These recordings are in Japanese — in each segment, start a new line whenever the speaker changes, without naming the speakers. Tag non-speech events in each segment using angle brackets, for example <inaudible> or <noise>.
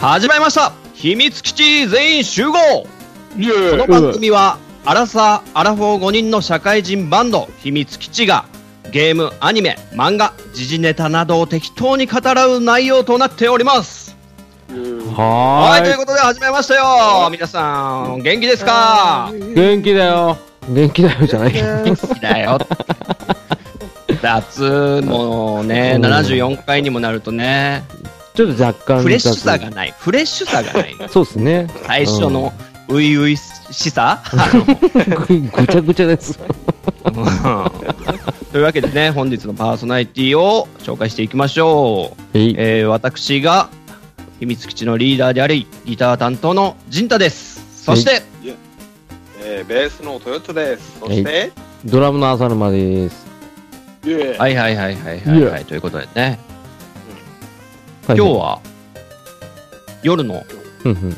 始まりました秘密基地全員集合
イエーイ
この番組は、アラサー・アラフォー5人の社会人バンド、秘密基地が、ゲーム、アニメ、漫画、時事ネタなどを適当に語らう内容となっております。
は
はい、という
ー
ことで始まりましたよ皆さん、元気ですか
い。元気だよ。元気だよじゃない。
元気だよ。夏もね、
うん
74回にもなるとね、
ちょっと若干。
フレッシュさが。ない。フレッシュさがない。
そうで
<laughs>
すね。
最初の初々しさあの
ぐぐちゃぐちゃです。
というわけでね、本日のパーソナリティを紹介していきましょう。
えい
えー私が秘密基地のリーダーであり、ギター担当のジンタです。そして、
えーベースのトヨタです。そして、
ドラムの浅沼です。
イエーイ
はいはいはいはいはい、はいい、ということでね、
今
今日。は夜の
うんうん。で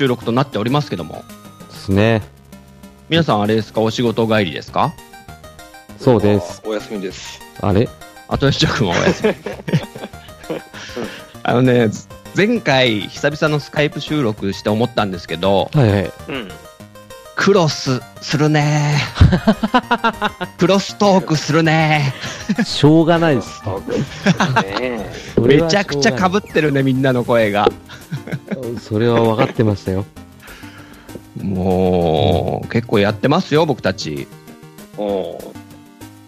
収録となっておりますけども、
すね。
皆さんあれですか、お仕事帰りですか
そうです。
あー。お休みです。
あれ
あと一くんはお休 <laughs> み。あのね、前回久々のスカイプ収録して思ったんですけど、
はいはい。
うん。
クロスする
<laughs>
ねークロストークするね
しょうがないです。
ね
そ
ー
れ
め
は
ちゃくちゃかぶってるねみんなの声が
しょうがないそれは分かってましたよ。
もう結構やってますよ僕たち、
おー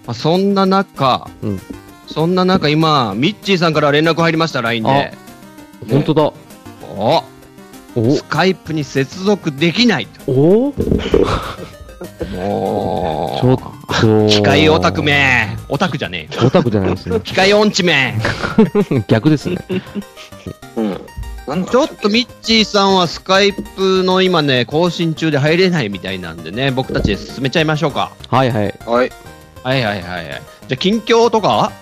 まあ、そんな中、
うん
そんな中今ミッチーさんから連絡入りました LINE で
ね
本当だ。
おスカイプに接続できないと
おおち
も
ょ
う
っと。
機械オタク。めオタクじゃねえよ
オタクじゃないですね。
機械音痴め
逆ですね。
うん。なんだ
ちょっとミッチーさんはスカイプの今ね、更新中で入れないみたいなんでね、僕たちで進めちゃいましょうか。
はいはい。
はい。
はいはいはいはい。じゃあ、近況とか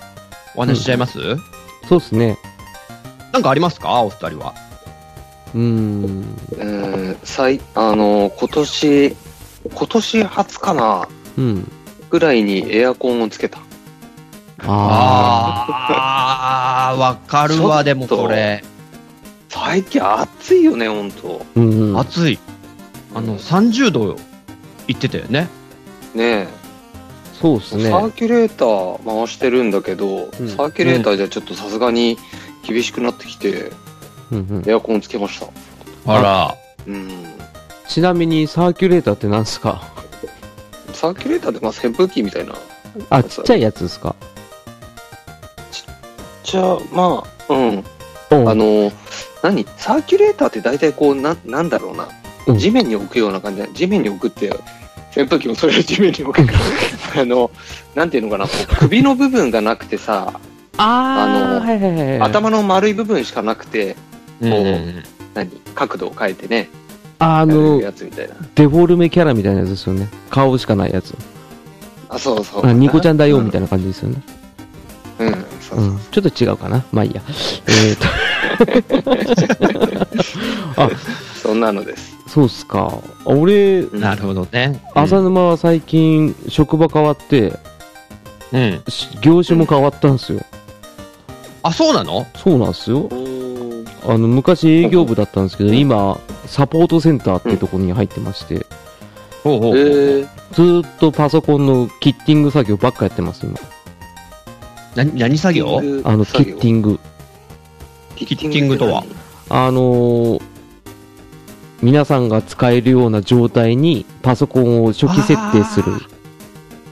お話ししちゃいます、
そうですね。
なんかありますかお二人は。
うーん。
えー、最、あのー、今年、今年初かな
うん。
ぐらいにエアコンをつけた。
あ
あー、わかるわ、でもそれ。
最近暑いよね、ほんと。
あ。うんうん。
暑い。あの、30度いってたよね。
ね
そうです
え、
ね。
サーキュレーター回してるんだけど、
うん
サーキュレーターじゃちょっとさすがに厳しくなってきて、
うんうん
エアコンつけました。
あら。
うん。
ちなみにサーキュレーターって何すか
サーキュレーターってまあ扇風機みたいな。
あ、ちっちゃいやつですか
じゃあ、まあ、うん。
あ
あ、の、何サーキュレーターって大体こう、な、なんだろうな
う。ん
地面に置くような感じだ地面に置くって、扇風機もそれは地面に置く <laughs> から。あの、なんていうのかな、こう首の部分がなくてさ、
あー
あの
はいはいはいはい。
頭の丸い部分しかなくて、
うん
うんうん何角度を変えてね、
あ
あ
の、
やつみたいな。
デフォルメキャラみたいなやつですよね。顔しかないやつ。
あ、そうそう。
あニコちゃんだよみたいな感じですよね。
うん、うん、そう
う
そ
ん
う。。
ちょっと違うかな。まあいいや。えー
そんなのです。
と、 <laughs> そうっすか。あ俺、
なるほどね。
浅沼は最近、職場変わって、
うん。
し業種も変わったんですよ。
あ、そうなの
そうなんですよ。
ほど。
あの、昔営業部だったんですけど、今、サポートセンターってとこに入ってまして、
ほうほうほう。
えー、
ずーっとパソコンのキッティング作業ばっかやってます、今。
な何作業
あの、キッテ
ン
ィング。
グ
キッティングとは
あのー皆さんが使えるような状態にパソコンを初期設定する。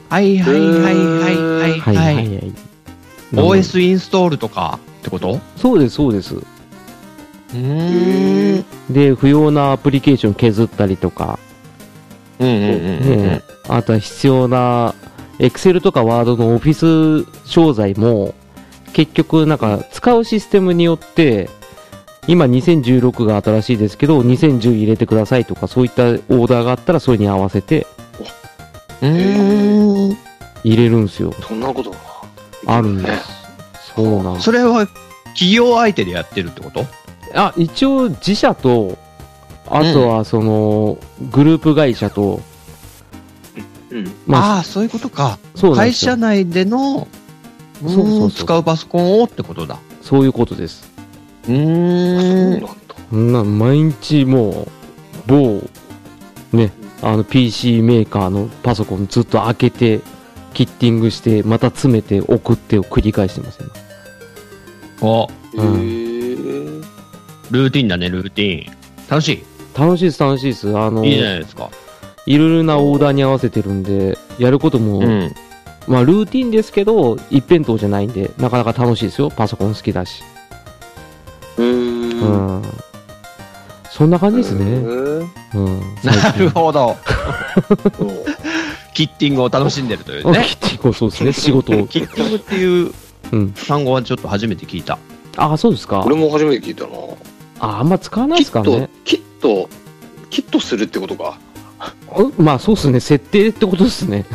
はいはいはいはいはい
はい
は。
はいいはい。
OS インストールとかってこと
そうです、そうです。
う。
うん
で、不要なアプリケーション削ったりとか、
うんうんうんうん
ね、あとは必要な Excel とか Word のオフィス商材も、結局なんか使うシステムによって、今2016が新しいですけど、2010入れてくださいとか、そういったオーダーがあったらそれに合わせて
うん。
入れるんですよ。
そんなことが
あるんで
ね
す。そうなんです。
それは企業相手でやってるってこと
あ、一応自社と、あとはその、グループ会社と、
うん。
まあ、
ああ、そういうことか。
そうなんで
会
すよ
社。内での、
そうそうそう
うん使うパソコンをってことだ。
そういうことです。
う
そうなん
ん。
だ。
そんな毎日もう某ねあの PC メーカーのパソコンずっと開けてキッティングしてまた詰めて送ってを繰り返してますよ
お
へー
ルーティンだね、ルーティン。楽し
楽しいです楽しいですあの
い。いいじゃないですか。
いろいろなオーダーに合わせてるんでやることも、
うん。
まあルーティンですけど一辺倒じゃないんでなかなか楽しいですよパソコン好きだし
うーん。
うんそんな感じですね
うーん
うん
なるほど。
そう
キッティングを楽しんでるとい
ど
うね。
キッティングそうですね仕事を
キッティング <laughs> っていう
うん
単語はちょっと初めて聞いた。
あそうですか
俺も初めて聞いたな。
ああんま使わない
キ
ですか
ッ
らね
ト、キット、キットするってことか。
うんまあそうっすね設定ってことですね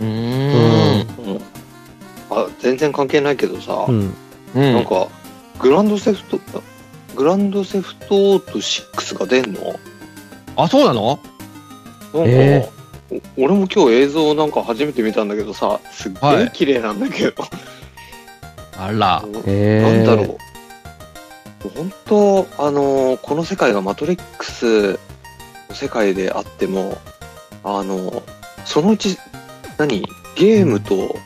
う
ーん。
うん。あ、全然関係ないけどさ、
うん
な
なん
んか
か、グランドセフト、グランドセフトオート6が出んのなんか、
あ、そうなの
え
お俺も今日映像なんか初めて見たんだけどさ、すっげ
は
え
い
綺麗なんだけど、
あら。
え
な
ー、
んだろう。本当、あのーこの世界がマトリックスの世界であっても、あのーそのうち、何ゲームと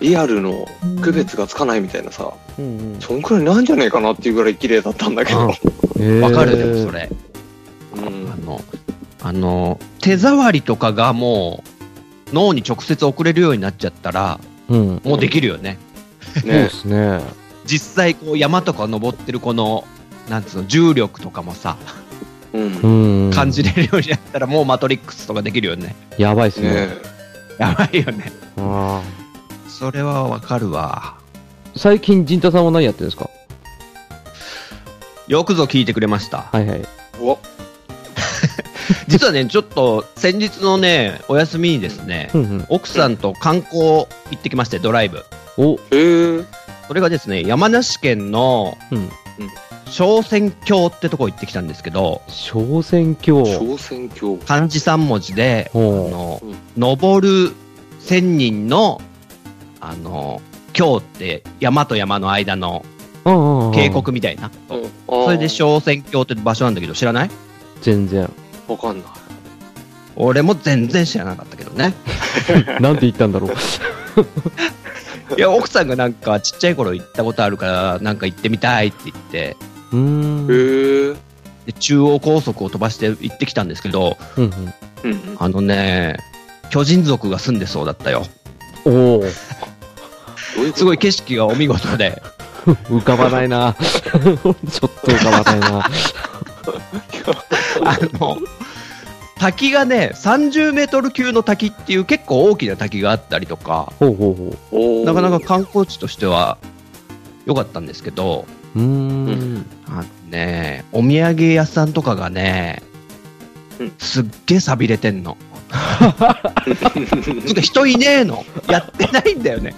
リアルの区別がつかないみたいなさ、
うんうん
そんくらいなんじゃねえかなっていうぐらい綺麗だったんだけど。
えー
わかるでもそれ。
うん
あの、あの、手触りとかがもう脳に直接送れるようになっちゃったら、
うん
もうできるよね。
そうで
ね、
すね
実際こう山とか登ってるこの、なんつうの、重力とかもさ、
うん。
う
ね
ん
感じれるようになったらもうマトリックスとかできるよね。
やばいっすね
え
やばいよね。
あ
それはわかるわ。
ー最近陣太さんは何やってるんですか
よくぞ聞いてくれました。
はいはい
お
実はね、ちょっと先日のね、お休みにですね、
うんうん
奥さんと観光行ってきまして、ドライブ。
お
へえ
それがですね、山梨県の
うん
昇仙峡ってとこ行ってきたんですけど、
小選挙
小選挙。
漢字3文字で、あ
ほ
の
うん、
登る仙人の、あの、京って山と山の間の
ううんうんうん
渓谷みたいな。
うん
それで昇仙峡って場所なんだけど知らない
全然
わかんない。
俺も全然知らなかったけどね。
なんて言ったんだろう
いや、奥さんがなんかちっちゃい頃行ったことあるから、なんか行ってみたいって言って、
うーんうん
へえ
で中央高速を飛ばして行ってきたんですけど、
うん
うん。
あのね、巨人族が住んでそうだったよ。
おお
どういうこと
すごい景色がお見事で、
浮かばないな <laughs> ちょっと浮かばないな
あの、滝がね、30メートル級の滝っていう結構大きな滝があったりとか、
ほうほうほう
<laughs> おー
なかなか観光地としては良かったんですけど、
うーん
あのね、お土産屋さんとかがね
うん、
すっげえ寂れてんの。
<laughs>
つうか人いねえの。やってないんだよね。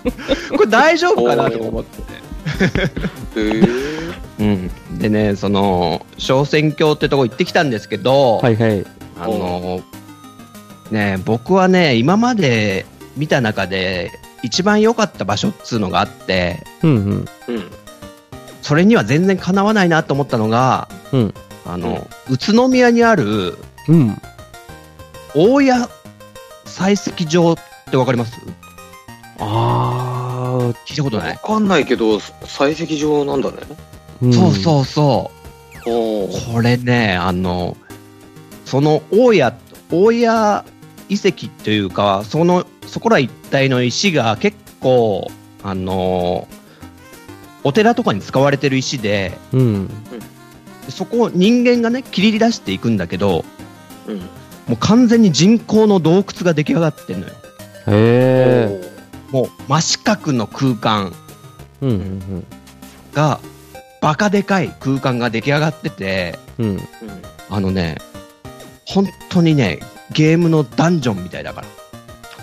これ大丈夫かなとか思ってて。
へえ
うん、でね、その、小仙峡ってとこ行ってきたんですけど、
はいはい
あの、ね、僕はね、今まで見た中で、一番良かった場所っつうのがあって、
うんうん
うん。
それには全然かなわないなと思ったのが、
うん
あの、宇都宮にある、
うん
大谷採石場ってわかります
あ
聞いたことな
わ
い、
かんないけど、採石場なんだね。
ー、ん
そうそうそ
お
う。
ー
これね、あの、その大谷、大谷遺跡というか、その、そこら一帯の石が結構、あの、お寺とかに使われてる石で、
う。うん。
そこを人間がね、切り出していくんだけど、
うん。
もう完全に人工の洞窟が出来上がってんのよ。
へえ。
もう真四角の空間。
うんうん
が、バカでかい空間が出来上がってて、
うん。うん。
おーうん
あのね、本当にね、ゲームのダンジョンみたいだから。
あ
あ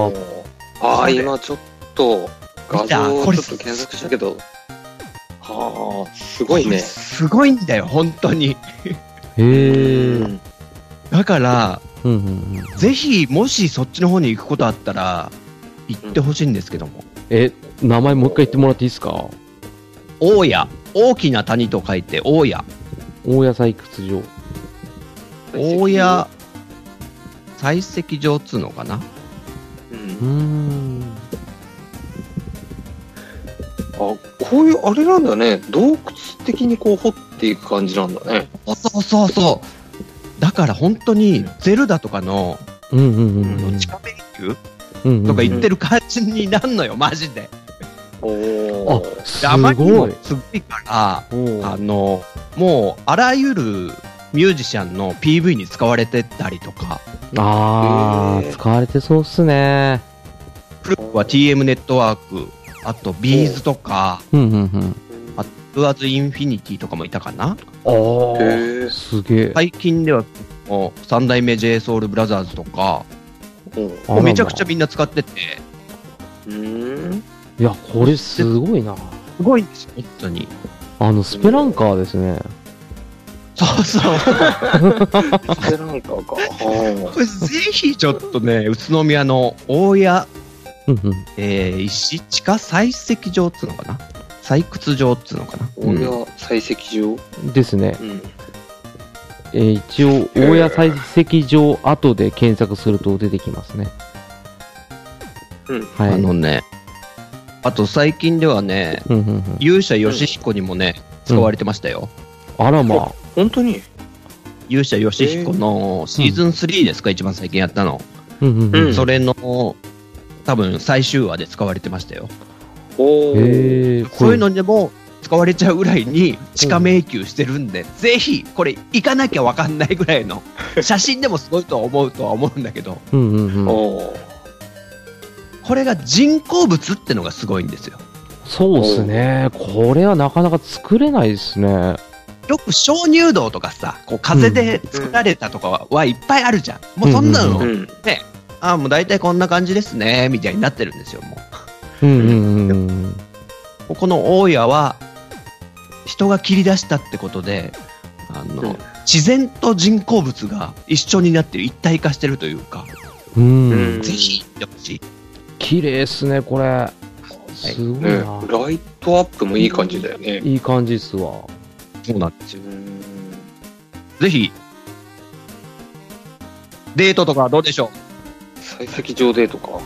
こ
あ、
れ
今ちょっと画
見た
像をち
こ
ょっ
れ
と検索したけど、はあ、すごいね。
すごいんだよ、本当に。
あ。へえ。う
うんん
だから、
うんうん。
ぜひ、もしそっちの方に行くことあったら、行ってほしいんですけども。
え、名前もう一回言ってもらっていいですか
大谷、大きな谷と書いて大谷。
大谷採掘場。
大谷採石場っつうのかな
う
うー
ん、
ん。
あこういうあれなんだね洞窟的にこう掘っていく感じなんだね
そうそうそうそう。だから本当にゼルダとかの、
うんうんうん
あ
う
の
ん
地下迷宮
うんうん。
とか言ってる感じになんのよ、マジで。
お
あ
お、
す
であまりに
ご
も
い。
すごいか
おう
ら、あの、もうあらゆるミュージシャンの PV に使われてたりとか、
あ
え
ー、
ー
使われてそうっすね。
古くは TM ネットワーク、あとビーズとか、
うんうんうん。
あとアズインフィニティとかもいたかな。
へ
あ
え
すげえ。
最近では、もう三代目 JSOULBROTHERS とか、
あ
もうめちゃくちゃ
なんだ
みんな使ってて、
うん
いや、これすごいな。
すごいんですよ、本当に。
あの、スペランカーですね。
そうそう。
スペラ <laughs> ンカーかは
これぜひちょっとね、宇都宮の大谷、
うんうん。
えー石地下採石場っつうのかな採掘場っつうのかな、
あ俺
うん
は採石場
ですね。
うん
えー一応、
えー
大谷採石場後で検索すると出てきますね。
うん
はい。
あのね、あと最近ではね、
うんうんうん、
勇者ヨシヒコにもね、
うん
使われてましたよ。
あらま
本当に
勇者ヨシヒコのシーズン3ですか、一番最近やったの。
あ。うんうんう
うん
ん。
それの、多分最終話で使われてましたよ。
おお
えー、
そういうの
こ
でも使われちゃうぐらいに地下迷宮してるんで、ぜひこれ行かなきゃわかんないぐらい
<laughs>
の写真でもすごいとは思うとは思うんだけど
れ。うんうんうん。
おー
これが人工物ってのがすごいんですよ
そうっすね。これはなかなか作れないですね。
よく鍾乳洞とかさこう風で作られたとかは,、いっぱいあるじゃんもうそんなの、
うん
うん
ああもう大体こんな感じですねみたいになってるんですよも
うんうんうんうん。
うこの大家は人が切り出したってことであの、
うん
自然と人工物が一緒になってる一体化してるというか、
うん。
うん
ぜひ行ってほしい
綺麗っすね、これ。すごい
ね
な。
ライトアップもいい感じだよね
いい感じっすわ。
そうなんですよ。
うん
ぜひ、デートとかどうでしょ
採石場でとか
う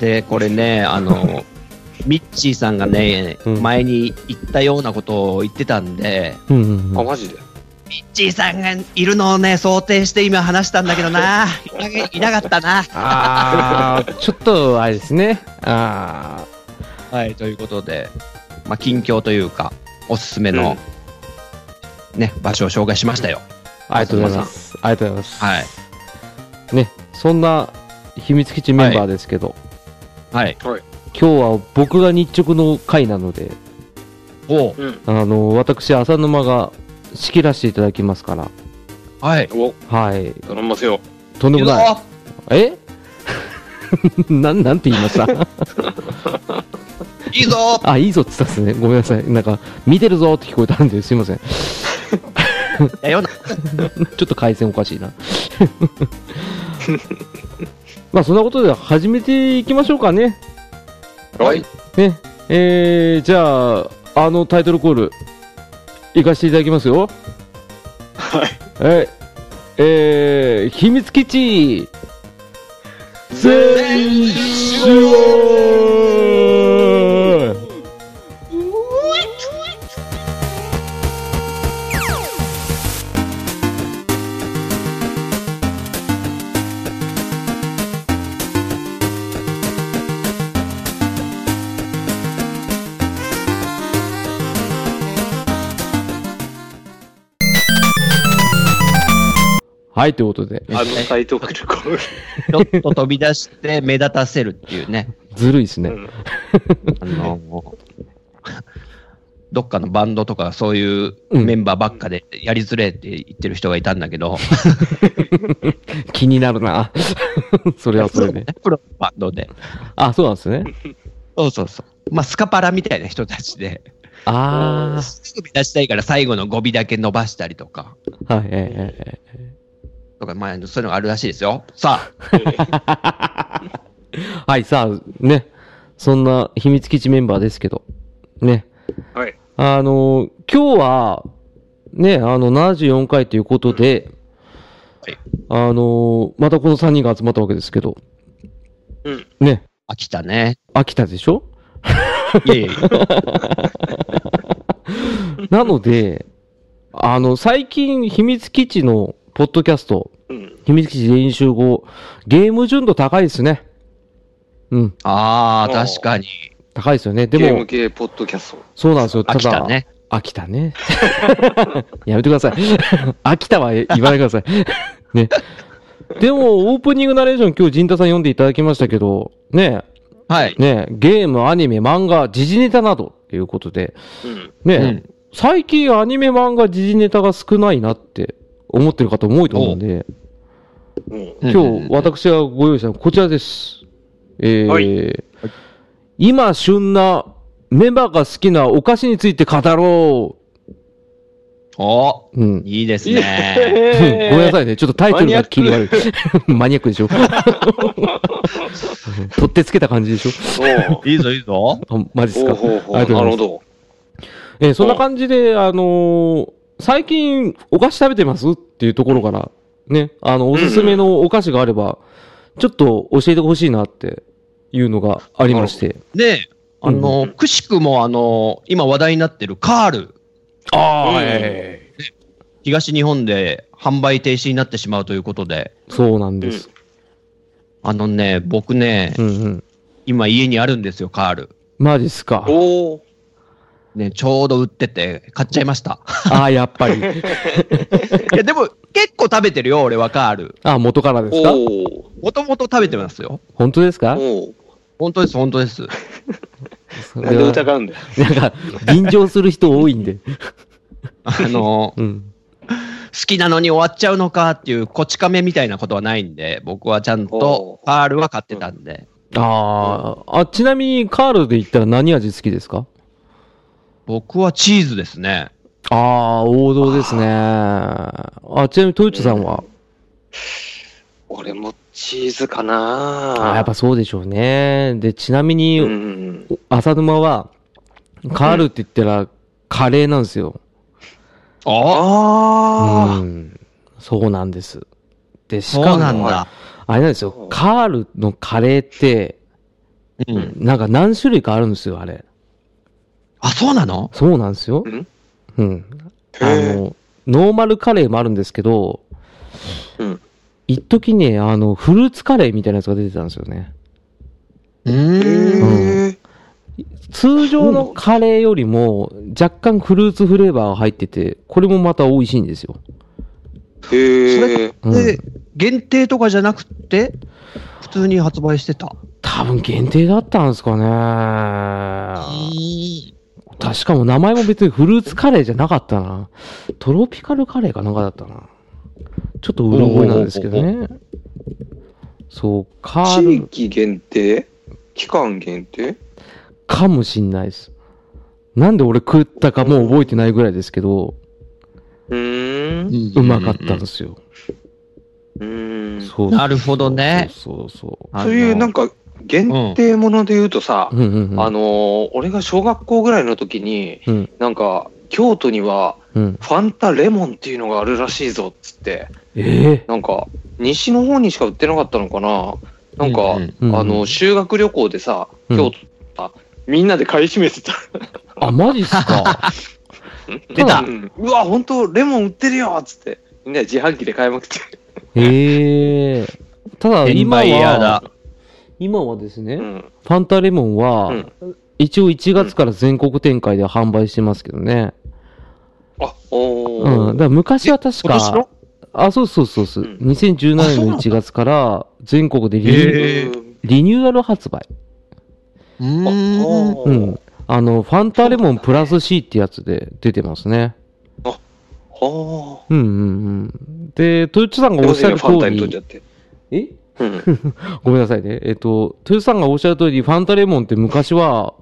で、これね、あの、ミッチーさんがね、
うん
前に言ったようなことを言ってたんで、
うんうん
あ
うん。
マジで
ミッチーさんがいるのをね、想定して今話したんだけどな、いなげいなかったな。
あ <laughs> ー、ちょっと、あれですね。あ
はい、ということで、まあ、近況というか、おすすめの、ね、場所を紹介しましたよ。
ー、ありがとうございます。ありがとうございます。
はい。
ね、そんな秘密基地メンバーですけど、
はい。
今日は僕が日直の回なので、
おう
うん
あの、私、浅沼が仕切らせていただきますから、
はい。
お
はい。
頼んますよ
とんでも
いい
ない。
ぞ
え <laughs> なん、なんて言いました <laughs>
いいぞ
あ、いいぞって言ったっすね。ごめんなさい。なんか、見てるぞって聞こえたんで、すいません。ち
だよな
ょっと回線おかしいな。 <laughs> まあ、そんなことで始めていきましょうかね。
はい
ね。えー、じゃあ、あのタイトルコール、行かせていただきますよ。
はい
はい。えー、秘密基地全集合はい、ということで、
あのタイトルコール
ちょっと飛び出して目立たせるっていうね。
ずるいです
う
ね。
ん
あの、 <laughs> どっかのバンドとかそういうメンバーばっかでやりづれえって言ってる人がいたんだけど、
気になるな。 <laughs> それはそれで。
<laughs> プロのバンドで。
あ、そうなんですね。
そうそうそう。まあ、スカパラみたいな人たちで、
あ
すぐ目立ちたいから最後の語尾だけ伸ばしたりとか、
ー。はい、はい、はいはい。
とか、まあ、そういうのがあるらしいですよ。さあ、
はい、さあ、ね。そんな秘密基地メンバーですけど。ね。
はい
あのー今日は、ね、あの、74回ということで、
はい
あの、またこの3人が集まったわけですけど、
うん。
ね、
飽きた
<laughs>
ね。
飽きたで
<laughs>
しょ
いやいやいや
なので、あの、最近、秘密基地のポッドキャスト、
うん。
秘密基地練習後、ゲーム純度高いですね。うん、
ああ、
あー
確かに。
高いですよね。で
ゲーム
も、
系ポッドキャスト。
そうなんですよ。
飽
ただ、
きたね。
飽きたね。 <laughs> やめてください。 <laughs> 飽きたは言わないでください。ね。でも、オープニングナレーション今日、陣田さん読んでいただきましたけど、ね、
はい。
ね、ゲーム、アニメ、漫画、時事ネタなど、ということで、
うん。
ね、
うん
最近アニメ、漫画、時事ネタが少ないなって思ってる方も多いと思うんで、
う
う
ん。
ん
今日、私がご用意したのはこちらです。えー
はい
今、旬な、メンバーが好きなお菓子について語ろ
お
う。うん。
いいです
い
ね。
うん <laughs> ごめんなさいね。ちょっとタイトルが気に悪い。 <laughs> マニアックでしょ取ってつけた感じでしょ
そう。
いいぞ、いいぞ。
あマジっす
ほうほ
か。
うほう。
あ
な
りがとうござい
る
ま
ほ
す
ど。
えーそんな感じで、あのー最近お菓子食べてますっていうところから、ね、あの、おすすめのお菓子があれば、ちょっと教えてほしいなっていうのがありまして。
で、あの、
うん
くしくも、あの、今話題になってるカール、
あ
ー
え
東日本で販売停止になってしまうということで、
ーそうなんです。
あのね、僕ね、
うんうん。
今家にあるんですよ、カール。
マジっすか。
おお。
ね、ちょうど売ってて、買っちゃいま <laughs> した。
ああ、やっぱり。 <laughs>
いや、でも、結構食べてるよ、俺はカール。
あー元からですか
おお。
もともと食べてますよ。
本当ですか
おお。
本当です、本当です。
そ
なん
れ
で
は
疑うんだよ。
<laughs> なんか、便乗する人多いんで。
あの、
うん。
好きなのに終わっちゃうのかっていう、こち亀みたいなことはないんで、僕はちゃんと
お、
カールは買ってたんで、
ああ、あ、ちなみにカールで言ったら何味好きですか
僕はチーズですね。
ああ、王道ですね。あちなみにトヨッチさんは、
俺もチーズかな
あーやっぱそうでしょうね。で、ちなみ
う
に、
ん。
浅沼は、カールって言ったら、カレーなんですよ。
あ
ああ。
うん。そうなんです。で、し
そう
か
なん
も、
だ。
あれなんですよ。カールのカレーって、
うん。
なんか何種類かあるんですよ、あれ。
あ、そうなの
そうなんですよ。
ん
うん。
へ
あ
え。
の、ノーマルカレーもあるんですけど、
うん。
一時ね、あの、フルーツカレーみたいなやつが出てたんですよね。
うーん。
へえ。
通常のカレーよりも、若干フルーツフレーバーが入ってて、これもまた美味しいんですよ。
へえ。
うん
で、限定とかじゃなくて、普通に発売してた。
多分限定だったんですかね。確かも名前も別にフルーツカレーじゃなかったな。トロピカルカレーかなんかだったな。ちょっとうろ覚えなんですけどね。そう、カ
地
ール
域限定期間限定
かもしんないです。なんで俺食ったかもう覚えてないぐらいですけど、
うーん。
う
うまかったんですよ。
うーん。
そう
なるほどね
そうそう
あの
そういうなんか限定もので言うとさ
そう。、うんうんうん。
あのー俺が小学校ぐらいの時に、
うん
なんか京都には
うん。
ファンタレモンっていうのがあるらしいぞっつって
ええ
なんか西の方にしか売ってなかったのかななんか、
うんうん
うん
あの修学旅行でさ
うん
京都さ、みんなで買い占めてた
あ、マジっすか。
出た
うんうわ本当レモン売ってるよっつってみんなで自販機で買いまくって
ええただ、
転
今
売屋
は
だ、
今はですね、
うん
ファンタレモンは、
うん
一応1月から全国展開で販売してますけどね。
あお
う
ー
ん。だから昔は確
今年
か
の、
あ、そうそうそうそう。
うん
2017
あそうなん
年の
だ
1月から全国でリ,、
へえ
うん
リニューアル発売。
うー
あ
ん。
お
う
ー
ん。あの、ファンタレモンプラス C ってやつで出てますね。
あー
うんうんうん。で、トヨッチさんがおっしゃる
フ
通
ァンタに飛んじゃ
り、
って
え
うん
ごめんなさいね。えっと、豊さんがおっしゃる通り、ファンタレモンって昔は、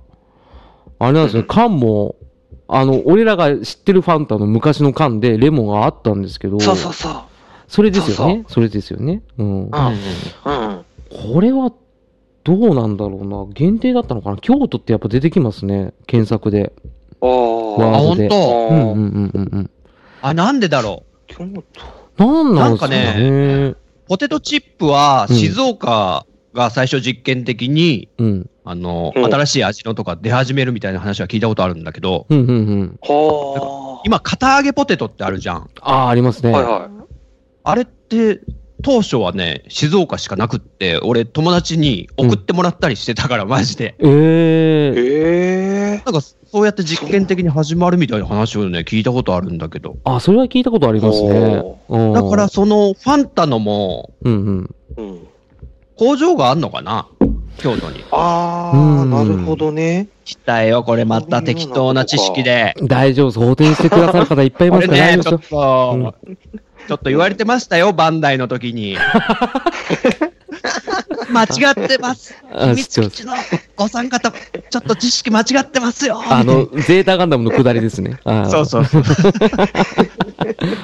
あれなんです
<laughs>
よ、
うん
缶も、あの、俺らが知ってるファンタの昔の缶でレモンがあったんですけど、
そうそうそ
それですよ
そう
ね。それですよね。うん。
あううん
これは、どうなんだろうな。限定だったのかな京都ってやっぱ出てきますね。検索で。
あー
あ、
わ
本当
あうんうん
あー
うんうんうん。
あ、なんでだろ
京都
なんなんですか
なんか
ね。
う。ポテトチップは静岡が最初実験的に、
うん。
あの、
うん
新しい味のとか出始めるみたいな話は聞いたことあるんだけど、
うん、うん、うん。
はあ。
今、片揚げポテトってあるじゃん。
ああ、ありますね。
はいはい。
あれって、当初はね、静岡しかなくって、俺友達に送ってもらったりしてたから、マジで。
ええ
ええ
なんか、そうやって実験的に始まるみたいな話をね、聞いたことあるんだけど。
あ、それは聞いたことありますね。うん
だから、、その、ファンタのも、
うんうん。
うん。
工場があんのかな京都に。
あ
う
あ、
ん
なるほどね。
期待よ、これまた適当な知識で。
大丈夫です。補填してくださる方いっぱいい
こ
ま
れ <laughs>
すから、大
ね、
丈
ちょ
夫
っ
です
と、ちょっと言われてましたよ、バンダイの時に。 <laughs> 間違ってます。
よ。あ
秘
知って
密基
ます
地のご参加と、ちょっと知識間違ってますよ。
あの、ゼータガンダムの下りです
<laughs>
ね。あー
そうそうそう。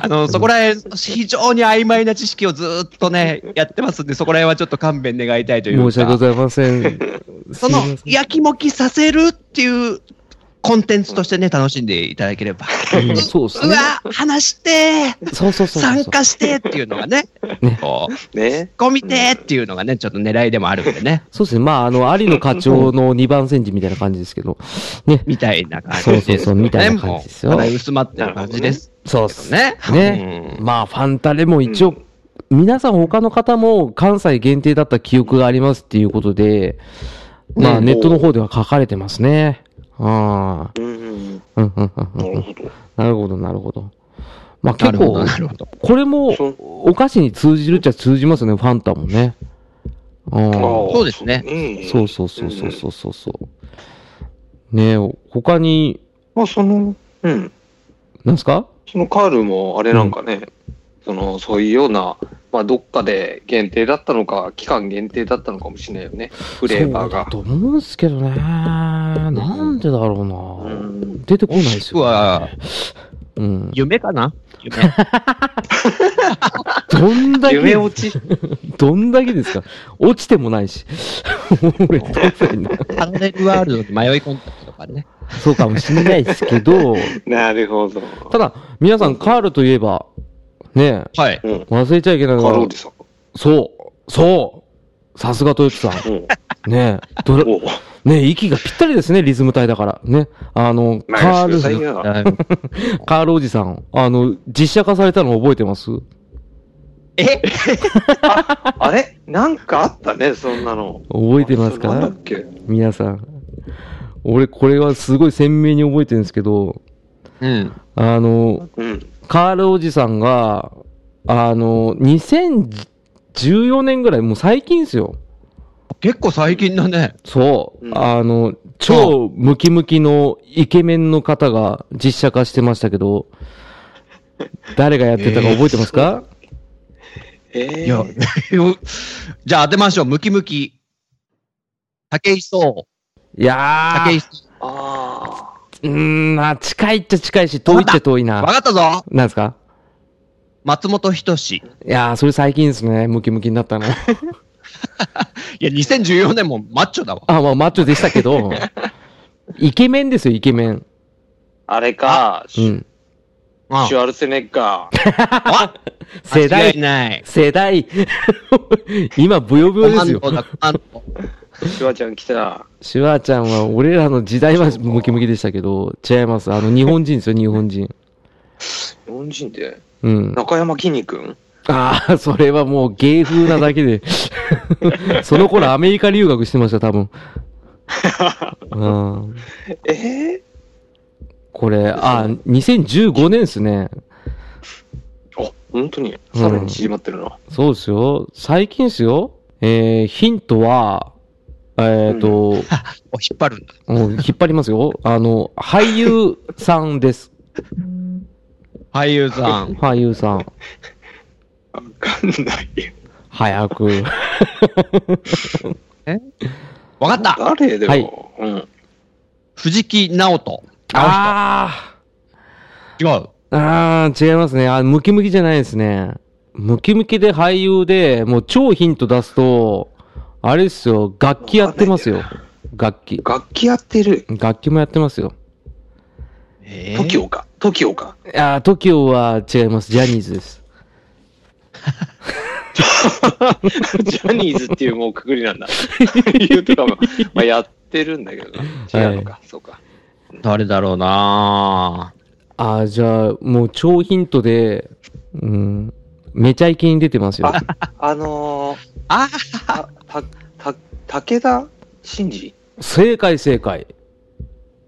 あの、そこら辺、非常に曖昧な知識をずーっとね、やってますんで、そこら辺はちょっと勘弁願いたいというか。
申し訳ございません。
<laughs> そ
すい
の
ま、せん
やきもきさせるっていうコンテンツとしてね、楽しんでいただければ。
うんそうです
う
ね。
わ、話してー
そうそうそうそう
参。加してーっていうのがね、
ね
こう、
ね。
込みてーっていうのがね、ちょっと狙いでもあるんでね、
そうですね。まあ、あの、有野課長の2番煎じみたいな感じですけど。ね。
みたいな感じ
そう
です、ね。
そうそうみたいな感じですよ
もうかなり薄まってる感じです
そうっ
けど
すね。
ね。
ね
うん
まあ、ファンタレも一応、皆さん他の方も関西限定だった記憶がありますっていうことで、まあ、
うん
ネットの方では書かれてますね。あ
うんうん。
あ。うんうんうん
な
う
る
んうん
ほど。
なるほど、なるほど。
な
まあ結
るほ
構
ど、、なるほど。
これも
そう
お菓子に通じるっちゃ通じますよね、ファンタもね。うん。
ああ
そうですね
うん。
そうそうそうそうそうそうそう。ねえ、他に、
まあ、その、うん。
なんすか
そのカールも、あれなんかね、その、そういうような、まあ、どっかで限定だったのか、期間限定だったのかもしれないよね。フレーバーが。
そうだと思うんですけどね。なんでだろうな。
うん
出てこないです
僕
よ、
は、
うん。
夢かな夢。
どんだ
夢
け、
落ち。
どんだけですか落ちてもないし。俺どうせな
パラレルワールドに迷い込んだりとかね。
そうかもしれないですけど、
なるほど。
ただ、皆さん、カールといえば、ね
はい。
うん。
え、忘れちゃいけない
カ
の
ールお
は、
じさん。
そうそうさすが豊津さん。
うん。
ねえ、ドラ
おう
ねえ、息がぴったりですね、リズム体だから。ね。あの、
まあ、
カール、
してくださいよ
カールおじさん、あの、実写化されたの覚えてます
え
あれなんかあったね、そんなの。
覚えてます
あれな
か
んだっけ
皆さん。俺、これはすごい鮮明に覚えてるんですけど、
うん。
あの、
うん。
カールおじさんが、あの、2014年ぐらい、もう最近ですよ。
結構最近だね。
そうう。
ん
あの、超ムキムキのイケメンの方が実写化してましたけど、誰がやってたか覚えてますか、
ええ
いや、 <laughs> じゃあ当てましょう。ムキムキ。竹井壮。
いや
竹井
ー、
壮。
あ
うーん、まあ、近いっちゃ近いし、遠いっちゃ遠い
わ
な。
かったぞ
なんですか
松本人志。
いやー、それ最近ですね。ムキムキになったの。
いや、2014年もマッチョだわ。
あ、まあ、マッチョでしたけど、イケメンですよ、イケメン。
あ。あれか、
う
シュ
ん。
あ
シュワルツェネッガー。
世
間違い
代、
ない。
世代。 <laughs> 今、ブヨブヨ
コマ
です
ン
よ。
ドだ、コマンド。
シュワちゃん来た。
シュワちゃんは、俺らの時代はムキムキでしたけど、違います。あの、日本人ですよ、 <laughs> 日本人。
日本人で。
うん。
中山きんに君
ああ、それはもう芸風なだけで。 <laughs> その頃アメリカ留学してました、多 <laughs> 分。うん、
ええ
これ、あー、2015年ですね。
あ、本当に。さらに縮まってるな。
そうですよ。最近ですよ。えー、ヒントは、えっ、と、
お引っ張るんだ。
うん引っ張りますよ。あの、俳優さんです。
俳優さん。
俳優さん。
わかんないよ。
早く。
<laughs> わかった
誰でも。
は
うん。
藤木直人。
あ
違う。
ーあー、違いますね。あームキムキじゃないですね。ムキムキで俳優で、もう超ヒント出すと、あれですよ、楽器やってますよ。楽器。
楽器やってる。
楽器もやってますよ。
え
TOKIO か。トキオか。 <laughs>
あー、TOKIO は違います。ジャニーズです。
ジャニーズっていうもうくくりなんだ。言うとかも、まあ、やってるんだけどな。違うのか、そうか。
誰だろうな
あー、じゃあ、もう超ヒントで、うん、めちゃイケに出てますよ。
あのー、
あ
た、た、た、武田真治
正解正解。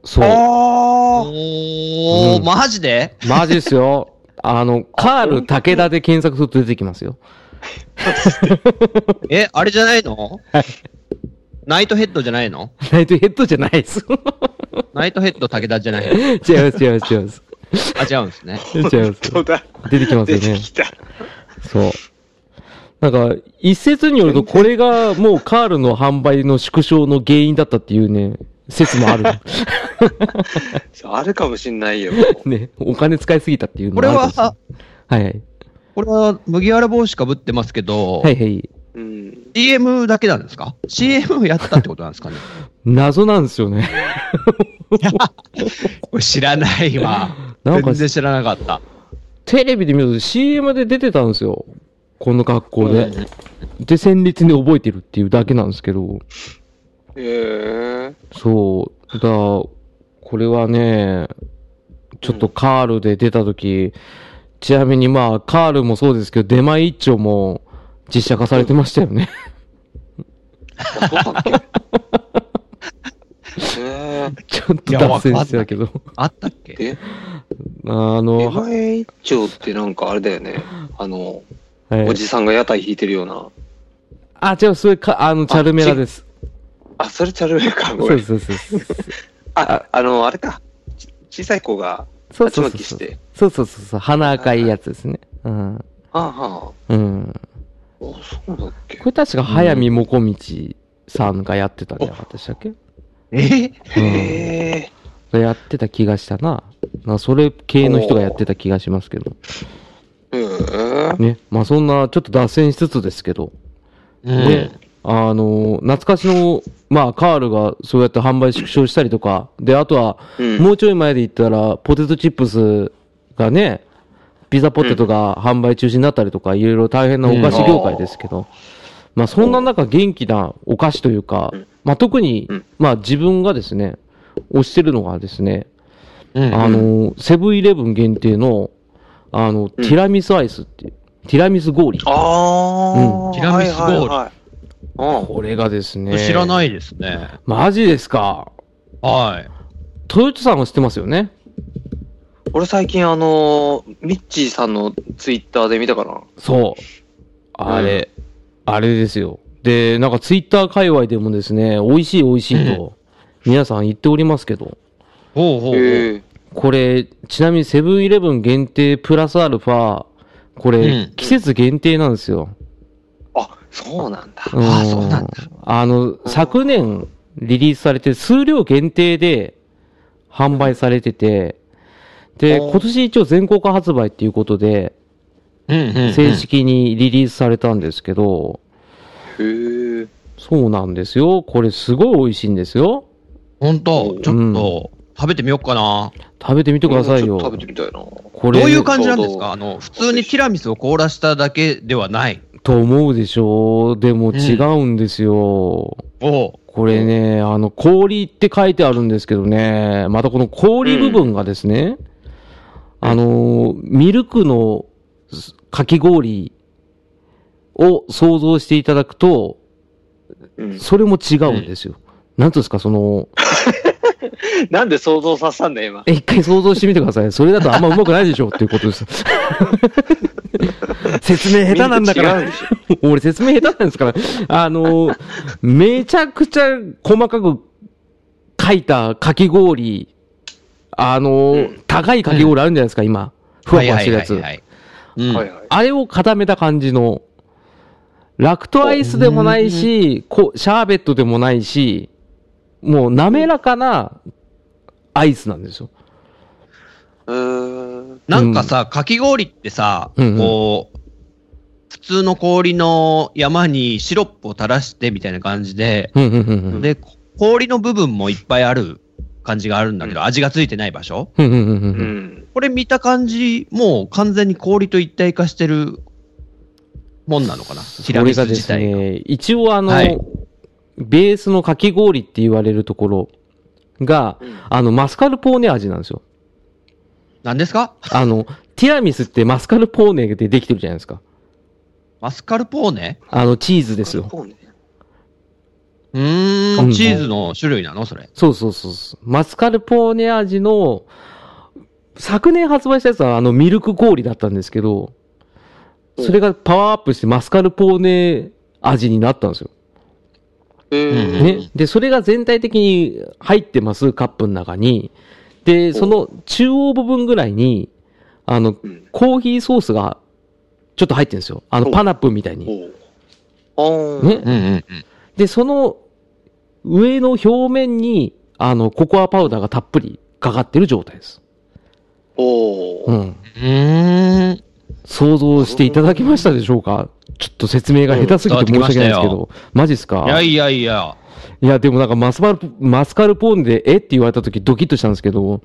そう。
あ
おー、
うん
マジで
マジですよ。あの、カール武田で検索すると出てきますよ。
え、あれじゃないのナイトヘッドじゃないの
ライトヘッドじゃないです。
ナイトヘッド武田じゃない
<laughs>
の
違います、違います、違います。
あ、違うんですね。
違います。
そうだ。
出てきますよ
出て
ね。
きた。
そう。なんか、一説によると、これがもうカールの販売の縮小の原因だったっていうね、説もある。
あるかもしんないよ。
ね、お金使いすぎたっていうの
これ
もあるかもし
は、
れない。
これは麦わら帽子かぶってますけど、
はいはい。はいはい。
うん。
CM だけなんですか ?CM やってたってことなんです
<laughs>
かね
謎なんですよね。
これ知らないわ。
なんか
全、然知らなかった。
テレビで見ると CM で出てたんですよ。この格好で。で、戦慄に覚えてるっていうだけなんですけど。
えー、
そう。だこれはね、ちょっとカールで出たとき、ちなみにまあ、カールもそうですけど、出前一丁も実写化されてましたよね。 <laughs>
あそうだっけえー、
ちょっと脱線してたけど。
あったっけ
で、
あ
出
の、は
前一丁ってなんかあれだよね。あの、
はい
おじさんが屋台引いてるような。
あ、違う、それか、あの、チャルメラです。
あ、それチャルメラか、
そ
ご
う
め
で
ん。
す、そうです。そうです
あ、あの、あれか。ち小さい子が、
そう
鉢
そ
巻
うそう
き
そ
し
う。
て。
そうそうそうそう。鼻赤いやつですね。うん。
はあは
うん。
あ。あそうだっけ
これ確か、早見もこみちさんがやってたんじゃなかったでしたっけ
え
うん
へえ。
やってた気がしたな。まあ、それ系の人がやってた気がしますけど。
へえ。
ね。まあ、そんな、ちょっと脱線しつつですけど。
うん
で、あの、懐かしの、まあ、カールがそうやって販売縮小したりとか、で、あとは、
うん
もうちょい前で言ったら、ポテトチップスがね、ピザポテトが販売中止になったりとか、いろいろ大変なお菓子業界ですけど、まあ、そんな中、元気なお菓子というか
うん、
まあ、特に
うん、
まあ、自分がですね、推してるのがですね、
うん
あの、セブンイレブン限定の、あの、ティラミスアイスっていう、ティラミス氷。
ああ、
んティラミスゴール
はいはいはい
これがですね。。
知らないいですね。
マジですか。
はい。
トヨタさんは知ってますよね。
うん、俺最近あのー、ミッチーさんのツイッターで見たかな。
そう。あれ、あれですよ。で、なんかツイッター界隈でもですね、美味しい美味しいと、皆さん言っておりますけど、
ほうほうほう。
へえ。
これ、ちなみにセブンイレブン限定プラスアルファ、これ、
うん
季節限定なんですよ。
あ、そうなんだ。
うん
あそうなんだ
あの、昨年リリースされて、数量限定で販売されてて、で、
おー
今年一応全国発売っていうことで、
うんうんうん
正式にリリースされたんですけど、
へえ。
そうなんですよ。これすごい美味しいんですよ。
ほんと、ちょっと、食べてみようかな。
食べてみてくださ
ち
い
ょ
よ
っ。と食べてみたいな。
これ
どういう感じなんです
ちょうど
かあの、普通にティラミスを凍らしただけではない。
と思うでしょう。でも違うんですよ。
おう
これね、あの、氷って書いてあるんですけどね、またこの氷部分がですね、あのー、ミルクのすかき氷を想像していただくと、
うん、
それも違うんですよ。なんていうんですか、その、
なんで想像させたんだよ、今。
え一回想像してみてください。それだとあんまうまくないでしょっていうことです。説明下手なんだか
み
ら、
な違うんでし
俺説明下手なんですから、あのー、めちゃくちゃ細かく書いたかき氷、あのー、高いかき氷あるんじゃないですか、今。ふわふわしてるや
はい
つ
は。い
ょ
は
はいい
はい
はい。
あれを固めた感じの、ラクトアイスでもないし、こうシャーベットでもないし、もう滑らかなアイスなんですよ。
うーん。
なんかさ、かき氷ってさ、
うんうん
こう、普通の氷の山にシロップを垂らしてみたいな感じで、
うんうんうんうん。
で、氷の部分もいっぱいある感じがあるんだけど、味がついてない場所
うんうんうん
う
う。
んん。
これ見た感じ、もう完全に氷と一体化してるもんなのかな、ティラ
こ
ミ
れ
ス
がで
自
す
体が。
ね、一応あの、
はい
ベースのかき氷って言われるところが、
うん
あの、マスカルポーネ味なんですよ。
何ですか
あ <laughs> の、ティラミスってマスカルポーネでできてるじゃないですか。
マスカルポーネ
あの、チーズですよ。
そうね
うー
うん
ん、チーズの種類なのそれ。
そうそうそうそう。マスカルポーネ味の、昨年発売したやつはあの、ミルク氷だったんですけど、それがパワーアップしてマスカルポーネ味になったんですよ。
うん
ね。で、それが全体的に入ってます、カップの中に。で、その中央部分ぐらいに、あの、
うん
コーヒーソースがちょっと入ってるんですよ。あの、
お
パナップみたいに。
おうああ、
ね
う。んうんうん。
で、その上の表面に、あの、ココアパウダーがたっぷりかかってる状態です。
お
う
お、
ん。
うーん。
想像していただけましたでしょうかちょっと説明が下手すぎて申し訳ないで
うん
すけ
伝わ
ど、マジっすか
いやいやいや。
いや、でもなんかマスマルポ、マスカルポーンで、えって言われた時ドキッとしたんですけど、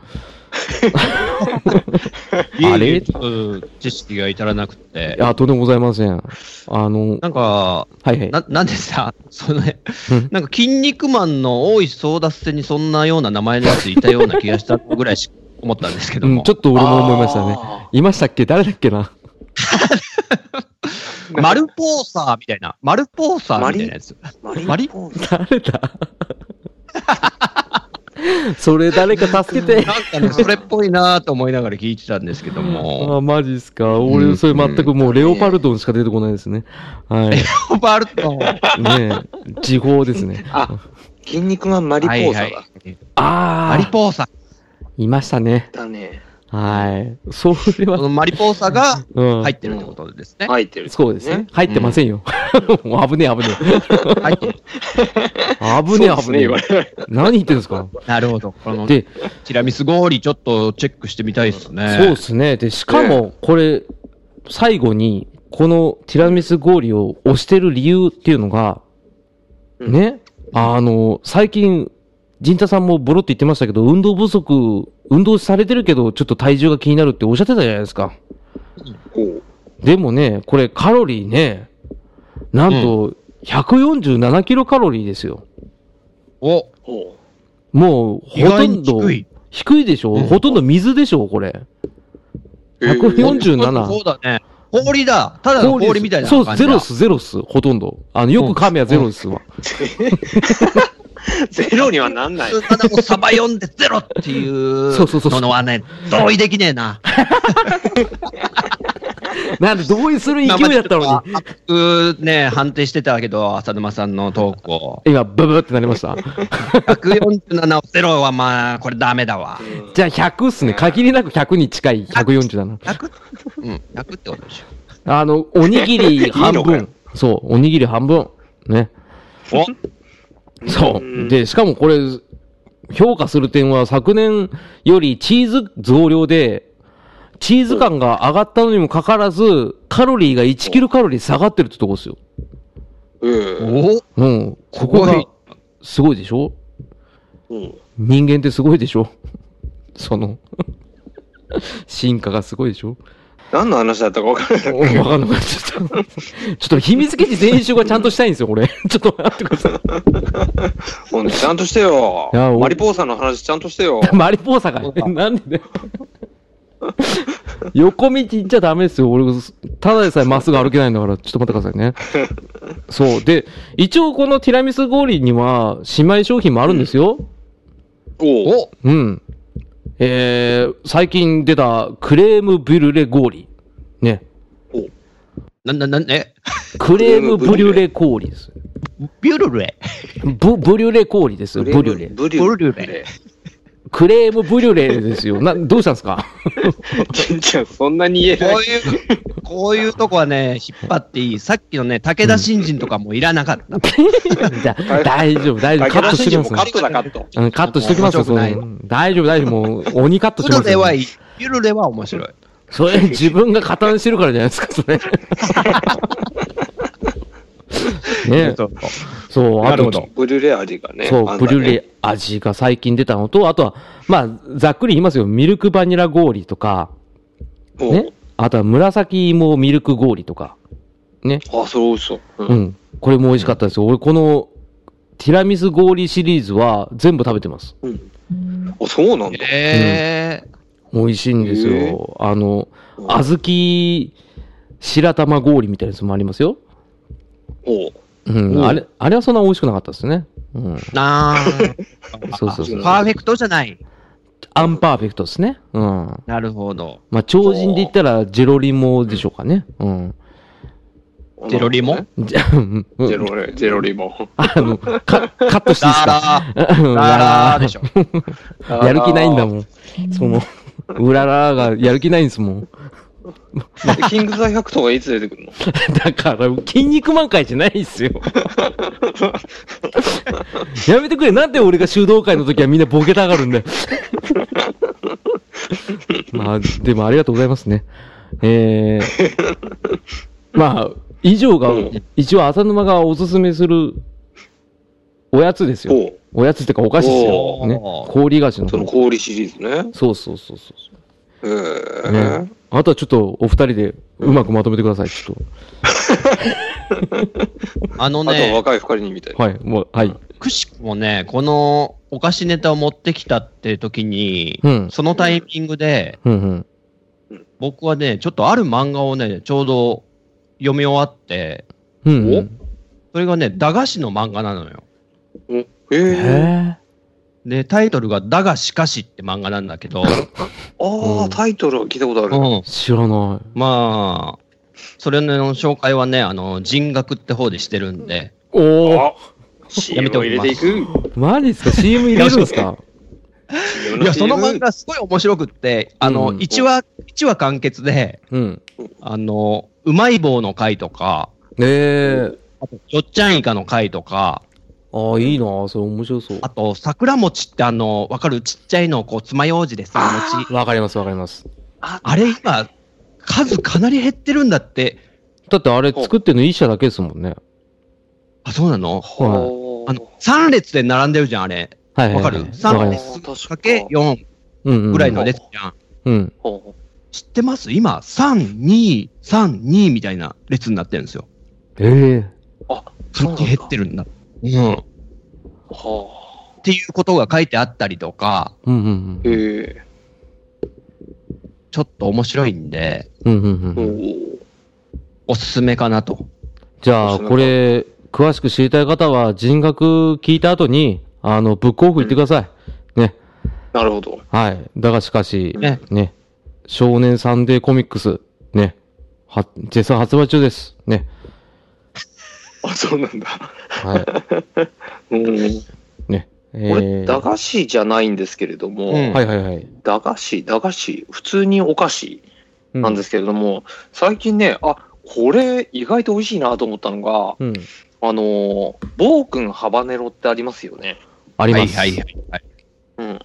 あれ
いえいえちょっと知識が至らなくて
い。や、とんでもございません。あの、
なんか、
はいはい。
な、なんでさ、そのね
うん、
なんか、筋肉マンの大石争奪戦にそんなような名前のやついたような気がしたぐらいしか思ったんですけど
う
も。
ん、ちょっと俺も思いましたね。
ね。
いましたっけ誰だっけな
マルポーサーみたいな。マルポーサーみたいなやつ。
マ
マ
リ
リ
ポー
誰だそれ誰か助けて。
なんかね、それっぽいなと思いながら聞いてたんですけども。
あ、マジっすか。
ん
俺、それ全くもう、レオパルドンしか出てこないですね。はい。
バルトン。
ねえ、時報ですね。
あ筋肉マンマリポーサ
は
だ、
いはいマリ
ああ、
ポーサー。
いましたね。
だね。
はい。それ
こ
は、
のマリポーサーが
うん。
入ってるってことですね。
入ってる、
そうですね。。入ってませんよ。 <laughs> もう危ねえ、危ねえ。
<laughs> 入ってる。
危ねえ、危ねえ。
れ
何言ってるんで
<laughs>
すか
なるほど。この、
で
ティラミス氷ちょっとチェックしてみたいですね。
そうですね。で、しかも、これ、最後に、このティラミス氷を推してる理由っていうのが、
うん
ね、あの、最近、陣太さんもボロって言ってましたけど、運動不足、運動されてるけど、ちょっと体重が気になるっておっしゃってたじゃないですか。
こ
でもね、これカロリーね、なんと、147キロカロリーですよ。
お、
う。ほ
もう、
意
ほと
外
ん
に
ど、
低い。
低いでしょ、
うん
ほとんど水でしょこれ。
う。
140
ちょっとそうだね。氷だ。ただの氷みたいな
そ
感じだ。
う、ゼロっす、ゼロっす、ほとんど。あの、よく噛めばゼロですわ。
ゼロにはなんない。
ただもうサバ読んでゼロっていう
そうそうそうそ
も
う
のはね、同意できねえ
<laughs>
な。
なんで、同意する勢いだったのに。
に。熱くね、判定してたけど、浅沼さんのトークを。
今、ブブブってなりました。
147をゼロはまあ、これダメだわ。
じゃあ100っすね。限りなく100に近い147。
100? うん、100ってことでし
あの、おに
<laughs>
ぎり半
いいのか
分
よ。
そう、おにぎり半分。ね。
ょ。お
そう。で、しかもこれ、評価する点は昨年よりチーズ増量で、チーズ感が上がったのにもかかわらず、カロリーが1キロカロリー下がってるってとこですよ。
うん。
お
うん。こ
す
こ
ご
が
い、
すごいでしょ
うん。
人間ってすごいでしょその、進化がすごいでしょ
何の話だったか分からない。
わかんなくなっちゃった。ちょっと秘密基地全集がちゃんとしたいんですよ、これ。ちょっと待ってくださ
ほんとちゃんとしてよ
いや。お
マリポーサの話ちゃんとしてよ。
い。マリポーサが、なんでだよ。横道行っちゃダメですよ。俺、ただでさえまっすぐ歩けないんだから、ちょっと待ってくださいね。そう。で、一応このティラミス氷には、姉妹商品もあるんですよ。
おう。
お
うん。えー、最近出たクレームブリュレ氷。ね。
なんだ、なん、え
クレームブリュレ氷です。
ビュルレ。
ブ、ブリュレ氷です。ブリュレ。
ブリ
ブ
ュ
リ
レ。
ュレ
クレームブリュレですよ。な、どうしたんです <laughs> か
ちんちゃん、そんなに言え
こ
な
う
い。
いう、こういうとこはね、引っ張っていい。さっきのね、武田信玄とかもいらなかった。
だ大丈夫、大丈夫。カ
武田
ットし
信玄も
てきます
カットだ、カット。
うんカットしてきますよ、
面白
そ
くない
の。大丈夫、大丈夫。もう、鬼カット
ブ
してま
ル
す
レ
よ。
はいい。ビュルレは面白い。
そ <laughs> れ、自分が加担してるからじゃないですか、それ。ね。
そう
そう、
な
あ
る
と
ほ、ど。
ブルーレイ味がね。
そ
あ
う、
んだ
ブ
ね
リュレ味が最近出たのと、あとは、まあ、ざっくり言いますよ。ミルクバニラ氷とか、
おう
ね。あとは紫芋ミルク氷とか。
あ、それ美味しそう。うん
うん。これも美味しかったですよ。俺、この、ティラミス氷シリーズは全部食べてます。
うん。あ、そうなんだ。
ええ
美味しいんです
へ
よ。あの、
うん
小豆白玉氷みたいなやつもありますよ。
おう
うん。
うん
あれ、あれはそんな美味しくなかったですね。うん。
なあ。
そうそうそう。
パーフェクトじゃない。
アンパーフェクトですね。うん。
なるほど。
まあ、超人で言ったら、ジェロリモでしょうかね。うん。
ジェロリモ
ね
じゃ、うん
ジェロリ、ジェロリモ。
あの、カカットしていいで
だ
すか
ら
うん
ー、
う
だら
ら
ーでしょ。
ら <laughs> やる気ないん
<laughs>
だもん。その、うららがやる気ないんですもん。
ん。キングザ100とはいつ出て
<laughs>
くるの
だから、筋肉満開じゃないっすよ。 <laughs> やめてくれ。なんで俺が修道会の時はみんなボケたがるんだよ。まあ、でもありがとうございますね。えー、まあ、以上が
うん、
一応浅沼がおすすめするおやつですよ。
おう
おやつってかお菓子ですよ。ね
おー。
氷菓子の
その
方。
氷シリーズね。
そうそうそうそ
へ
う。
え
ねあとはちょっとお二人でうまくまとめてください、ちょっ
あの
あとは
ね、
若い二人にみたい
と。はい、もう、はい。
くしくもね、このお菓子ネタを持ってきたって時に、
うん。
そのタイミングで、
うんうん。
僕はね、ちょっとある漫画をね、ちょうど読み終わって、
うんうん、
それがね、駄菓子の漫画なのよ。
おへえ。
へ
で、タイトルが、だがしかしって漫画なんだけど、
あ
う
あ、
ん
タイトルは聞いたことあ
う
る。
ん
え。知らな
まあ、それの紹介はね、あの、人学って方でしてるんで、
い。おお
あ CM を入れていく。
マジっすか ?CM 入れるんすか
いや、その漫
画。
画すごい面白くって、あの、
うん
一話、一話完結で、
うん。
あの、うまい棒の回とか、
ねえ。
よっちゃんイカの回とか、
ああ、いいなそれ面白そう
あ。と、桜餅ってあの、わかるちっちゃいのをこう、爪楊枝でさ、餅。
わかりますわかります。
あ
あれ今、数かなり減ってるんだって。
だってあれ作ってるの一社だけですもんね。
あ、そうなの
は
ほう
あの、3列で並んでるじゃん、あれ。
い。はいはいはい。
わかる
わか
?3
ります。
列かけ4
うんうん。
ぐらいの列じゃん。
うん。
ほ
知ってます今、3、2、3、2みたいな列になってるんですよ。
ええ。
うあ、
かなり減ってるんだ。うん。っ
は
ていうことが書いてあったりとか、
うんう
あ。へ
ん
え。
ちょっと面白いんで、
うん。うんうん
お
うん。
う
おすすめかなと。
じゃあ、これ、詳しく知りたい方は人格聞いた後に、あの、ブックオフ行ってください。ね。
なるほど。
はい。だがしかし、
ね。
ね、少年サンデーコミックス、ね、は、絶賛発売中です。ね、
あ、そうなんだ。 <laughs>
はい。
うん。
ね、え
こ
ー
れ、駄菓子じゃないんですけれども、
うん
はいはいはい。
駄菓子、駄菓子、普通にお菓子なんですけれども、最近ね、あ、これ意外と美味しいなと思ったのが、
うん。
あのー、暴君ハバネロってありますよね。
あり
は
ま
い
す。
はいはいはい。
うん。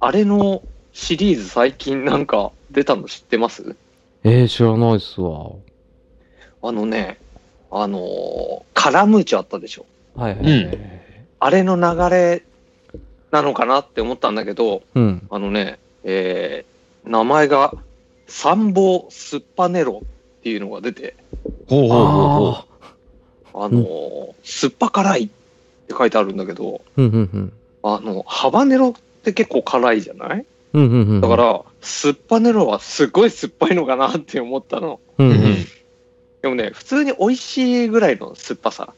あれのシリーズ最近なんか出たの知ってます
えー、知らないっすわ。
あのね、あのーカラムーチョあったでしょ。
はいはいはい。
あれの流れなのかなって思ったんだけど、
うん。
あのね、えー名前が、サンボスッパネロっていうのが出て、
ほうほうほうほう。
ああ。
あのー酸っぱ辛いって書いてあるんだけど、
うんうんうん。
あの、ハバネロって結構辛いじゃない
うんうんうん。
だか、ら、酸っぱネロはすごい酸っぱいのかなって思ったの。
うんうん。
でもね、普通に美味しいぐらいの酸っぱさ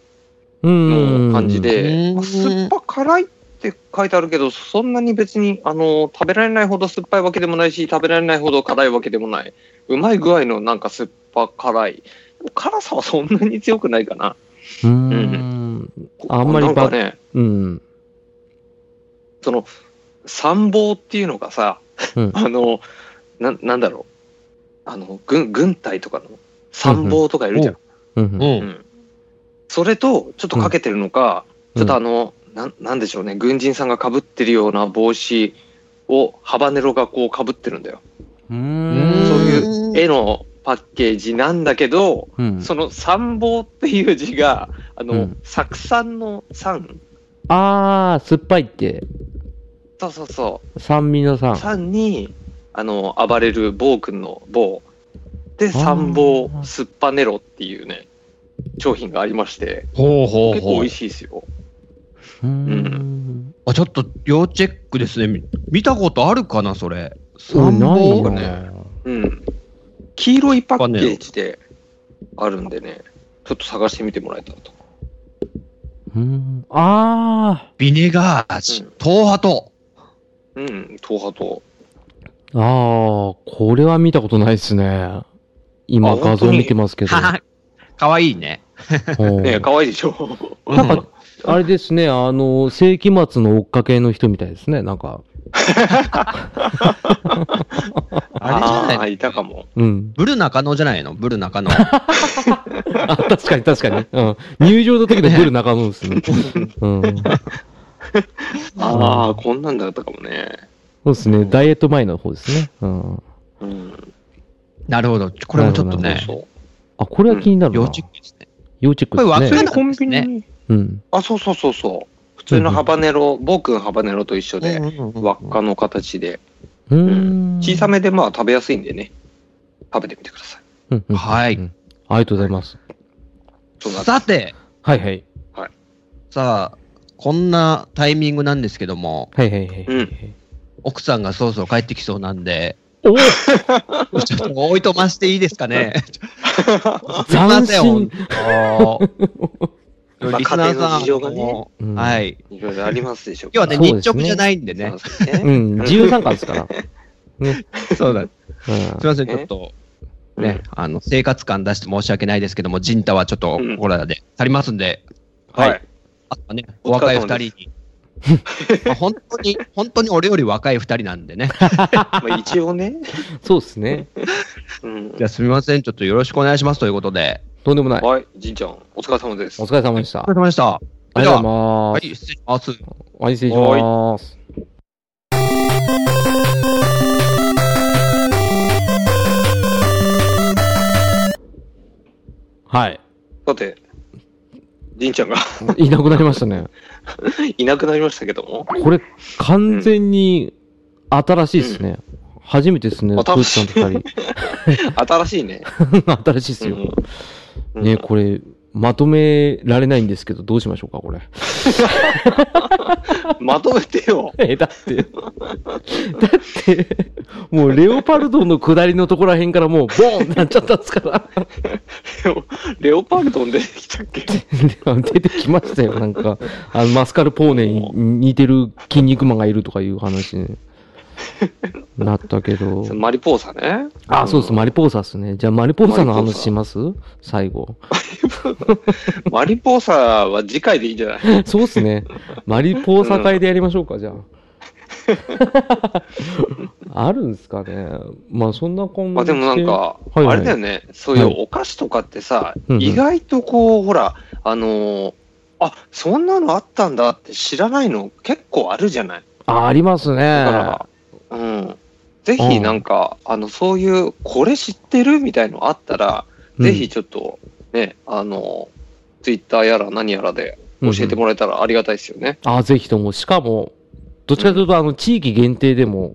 うんう
の
ん。
感じ。
う
で、
ん
まあ酸っぱ辛いって書いてあるけど、そんなに別に、あの、食べられないほど酸っぱいわけでもないし、食べられないほど辛いわけでもない。うまい具合のなんか酸っぱ辛い。でも辛さはそんなに強くないかな。
うーん。あんまり
なんか
ば
ね、
うん。
その、参謀っていうのがさ、
うん
あの、な、なんだろう。あの、軍、軍隊とかの参謀とかいるじゃん。
うん
う
うん。
ん。
それと、ちょっとかけてるのか、
うん
ちょっとあの、なん、なんでしょうね、軍人さんが被ってるような帽子を、ハバネロがこう被ってるんだよ。
う
そう
ー
い
ん。
う絵のパッケージなんだけど、
うん。
その参謀っていう字が、あの、
うん
酢酸の酸
あー、酸っぱいって、
そうそうそ
酸味の酸
う。。酸に、あの、暴れる暴君の棒。で、三棒
あー
すっぱネロっていうね、商品がありまして、
ほうほう
結構
ほ
美
う
味。しいですよ。
うーん。
あ、ちょっと要チェックですね。み見たことあるかな、それ。
う
三
んない
本
な
ね。
うん。黄色いパッケージであるんでね、ちょっと探してみてもらえたらと。
うん。あ
ビネガー味
うん、
東ハト。
うん、東波と。
ー。あー、これは見たことないですね。今
あ
画像見てますけど。
は <laughs> かわいいね。
うん
ねえ、 <laughs> かわいいでしょ。
なん
う
か、あれですね、あの、世紀末の追っかけの人みたいですね、なんか。
あれじゃない
あーいたかも。
うん。
ブル中野じゃないのブル中
<laughs>
野。
あ、確かに確かに。うん。入場の時のブル中野ですね。うん。
ああ、こんなんだったかもね。
そうですね、ダイエット前の方ですね。うん。
うん。
なるほど。これもちょっと
な
そう
る
ね、
そう。
あ、これは気になるな。
要
要チ
チェ
ェッ
ック
ク。
ですね。
で
これ
す
分
普
か
通
ん
ね。
にコンビニに。
うん。
あ、そうそうそうそう。普通のハバネロ、暴君ハバネロと一緒で、輪っかの形で、
うーん。
小さめでまあ食べやすいんでね、食べてみてください。
うん。うん。
はい
うんありがとうございます。
そんな
さて、
はいはい。
さあ、こんなタイミングなんですけども、
はいはいはい。
う
奥さんがそろそろ帰ってきそうなんで、
お
ちょっと置いとましていいですか
<laughs>
ね。すいま
斬
せんほん
新
と、本
まあ
リスナーさん
家庭の事情がね
うん
はい。
いろいろありますでしょう
今
か
日はね、
そう
日直
ですね
じゃないんでね。
そうです
う
ね。
ん。自由参加ですから。ね。
そうだ。す
うん
いません、ち
え
ょっと、
うん
ね、あの、生活感出して申し訳ないですけども、ジンタはちょっと
うん、
ここらで去りますんで、
はい。
あとはね、お
お疲
若い
れ
二
様
人 <laughs> に。まあ本当に、本当に俺より若い二人なんでね。
まあ一応ね。
そうですね。
うん
じゃあすみません、ちょっとよろしくお願いしますということで。
とんでもない。
はい、じいちゃん、お疲れ様です
お。疲れ様でした。
お疲れ様でした。
ありがとうご
は
ざいます。
い、失礼します。
はい、失礼します。はい。
さて、じいちゃんが <laughs>
いなくなりましたね。
いなくなりましたけども。
これ、完全に新しいですね。初めてですね、
まあ
トシさんと二
新しいね。
人。 <laughs> 新しいですよ。
うん
ね、これ、まとめられないんですけど、どうしましょうか、これ。
まとめてよ。
<laughs> え、だって、だって、もうレオパルドの下りのところらへんからもうボーンってなっちゃったんですから。
レオパルトン出てきたっけ
出てきましたよ、なんか。あの、マスカルポーネに似てる筋肉マンがいるとかいう話になったけ <laughs> ど。
マリポーサね。
あ、そうです、マリポーサっすね。じゃあマリポーサの
マリポー
話
サ
します最後。
マリポーサは次回でいいんじゃない
そうっすね。マリポーサ会でやりましょうか、じゃ <laughs> あ。あるんですかね。まあそんなこん
ま
な
あでもなん
して、
か、
はいはい
あれだよね、そうい
はいう
お菓子とかってさ、
うんうん
意外とこう、ほら、あのーあそんなのあったんだって知らないの結構あるじゃない。
あ、ありますね。
だから、うん。ぜ
う
ひ
ん
なんか、あの、そういう、これ知ってるみたいのあったら、
うん
ぜひちょっと、ね、あの、ツイッターやら何やらで教えてもらえたらありがたいですよね。
あ、ぜひとも。しかも、どっちかというと、あの、地域限定でも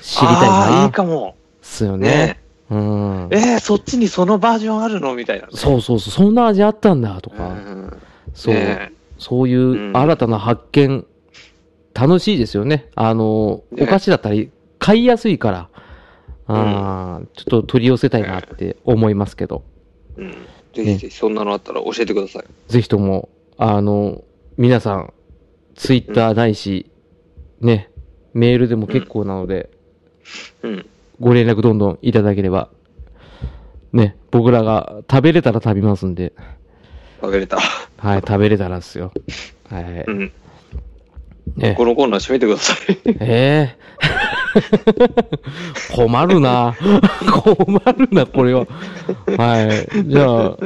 知りたい
ああ、いい
な。
かも。
すよね。
ね
うん。
えーそっちにそのバージョンあるのみたいな。
そうそうそう。そんな味あったんだ、と
う
か。
ん。
そう。
ね
そういううん新たな発見、楽しいですよね。あの、
ね
お菓子だったり、買いやすいから。あーちょっと取り寄せたいなって思いますけど。
うん。ぜひぜひ、そんなのあったら教えてください。
ぜひとも、あの、皆さん、ツイッターないし、ね、メールでも結構なので、
うん。
ご連絡どんどんいただければ、ね、僕らが食べれたら食べますんで、
食べ
<laughs>
れた。
はい、食べれたらっすよ。はい。
うん。
ね、
このコーナー閉めてください。
えー <laughs> 困るな困るな、これは。はい。じゃあ、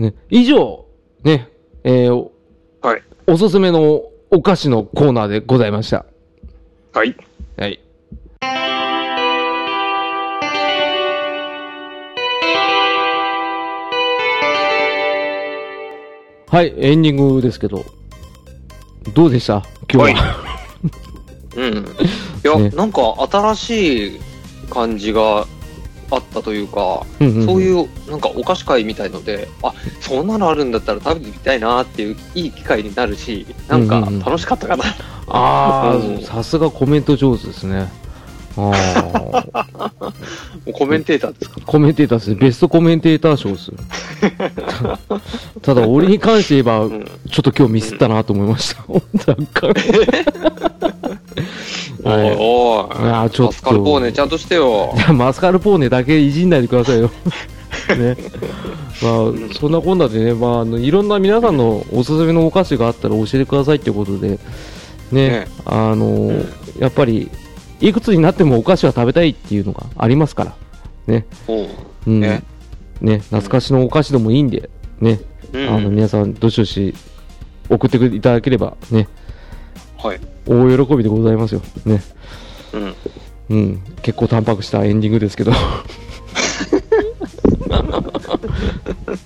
ね、以上、ね、えーお
はい。
おすすめのお菓子のコーナーでございました。
はい。
はい。はい、エンディングですけど。どうでした今日は。
うん。いや、
ね
なんか新しい感じがあったというか、
うんうんん <laughs>
そういうなんかお菓子会みたいので、あそんなのあるんだったら食べてみたいなっていういい機会になるし、なん
うん
か
うんうん
楽しかったかな。 <laughs>
あ
うん
あ、さすがコメント上手ですね。ああ、
もうコメンテーターですか
コメンテーターです。ベストコメンテーター賞です。ただ、俺に関して言えば、
うん。
ちょっと今日ミスったなと思いました。 <laughs> 若
<laughs>
干。
お
はい
いお
いやー
い。
ちょっと
マスカルポーネちゃんとしてよ
<laughs> い。や、マスカルポーネだけいじんないでくだ
<laughs>
さいよ。ね。まあ、そんなこんなでね、まあ、あの、いろんな皆さんのおすすめのお菓子があったら教えてくださいってことで、ね、
ね
あの、
ん
やっぱり、いくつになってもお菓子は食べたいっていうのがありますから、
おう
うん。
ね
ね懐かしのお菓子でもいいんで、ね、
うん
あの、皆さん、どしどし送っていただければ、ね、
はい。
大喜びでございますよ。ね。
うん。
うん、結構淡白したエンディングですけど。い <laughs>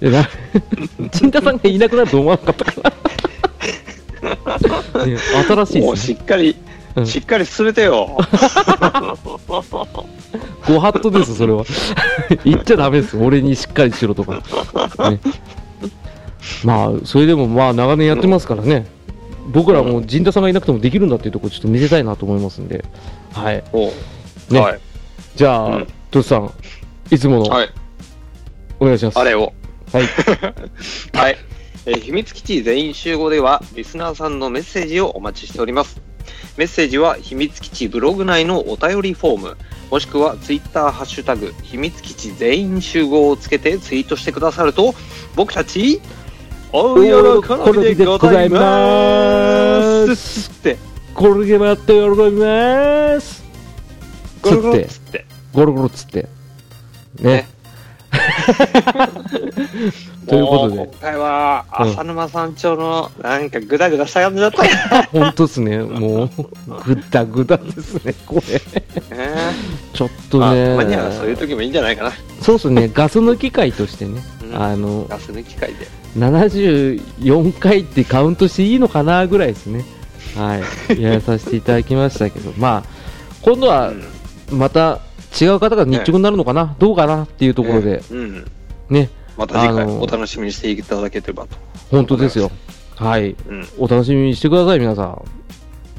やな、陳田さんがいなくなると思わなかったから。 <laughs> ね新しい
も
で
う
す
し
ね。
っかり
うん、
しっかり進めてよ。
ご法度です、それは。 <laughs> 言っちゃダメです。俺にしっかりしろとか。ね、まあ、それでもまあ、長年やってますからね。僕らも陣田さんがいなくてもできるんだっていうところちょっと見せたいなと思いますんで。はい。
おう
ね
はい。
じゃあ、
うん
トシさん、いつもの
はい。
お願いします。
あれを。
はい。
<laughs> はい、えー秘密基地全員集合ではリスナーさんのメッセージをお待ちしておりますメッセージは秘密基地ブログ内のお便りフォームもしくはツイッターハッシュタグ秘密基地全員集合をつけてツイートしてくださると僕たち大喜びでございますって
ゴルゲマって喜びます
ゴロゴロ
つ
っ
って
つって
ゴロゴロっつってねというこ
も
と
う
で
今回は浅沼山頂のなんかグダグダした感じだったよね、
<laughs> 本当っすねもうグダグダですねこれちょっ
ま
と
あ
ね
たまにはそういう時もいいんじゃないかな
そうっすねガス抜き会としてね
うん
あの
ガス抜き会で
74回ってカウントしていいのかなぐらいですねはいやらさせていただきましたけどまあ今度は
うん
また違う方が日直になるのかなどうかなっていうところで
うん、
ね
また次
あ
回
のー
お楽しみにしていただければと。
本当ですよ。はい。
うん。
お楽しみにしてください、皆さん。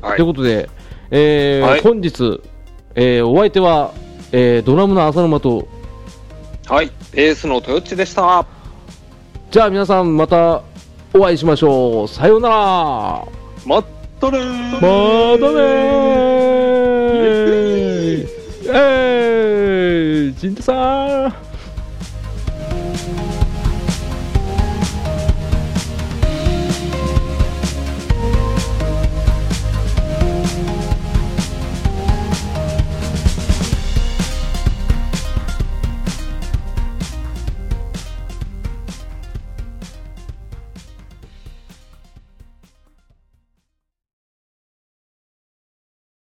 はい
という。ことで、えー
はい
本日、えーお相手は、えードラムの浅沼と、
はい。ベースの豊地でした。
じゃあ皆さんまたお会いしましょう。さようなら。ま
まったねー
たね
<laughs>
ー。えー、陣田さん。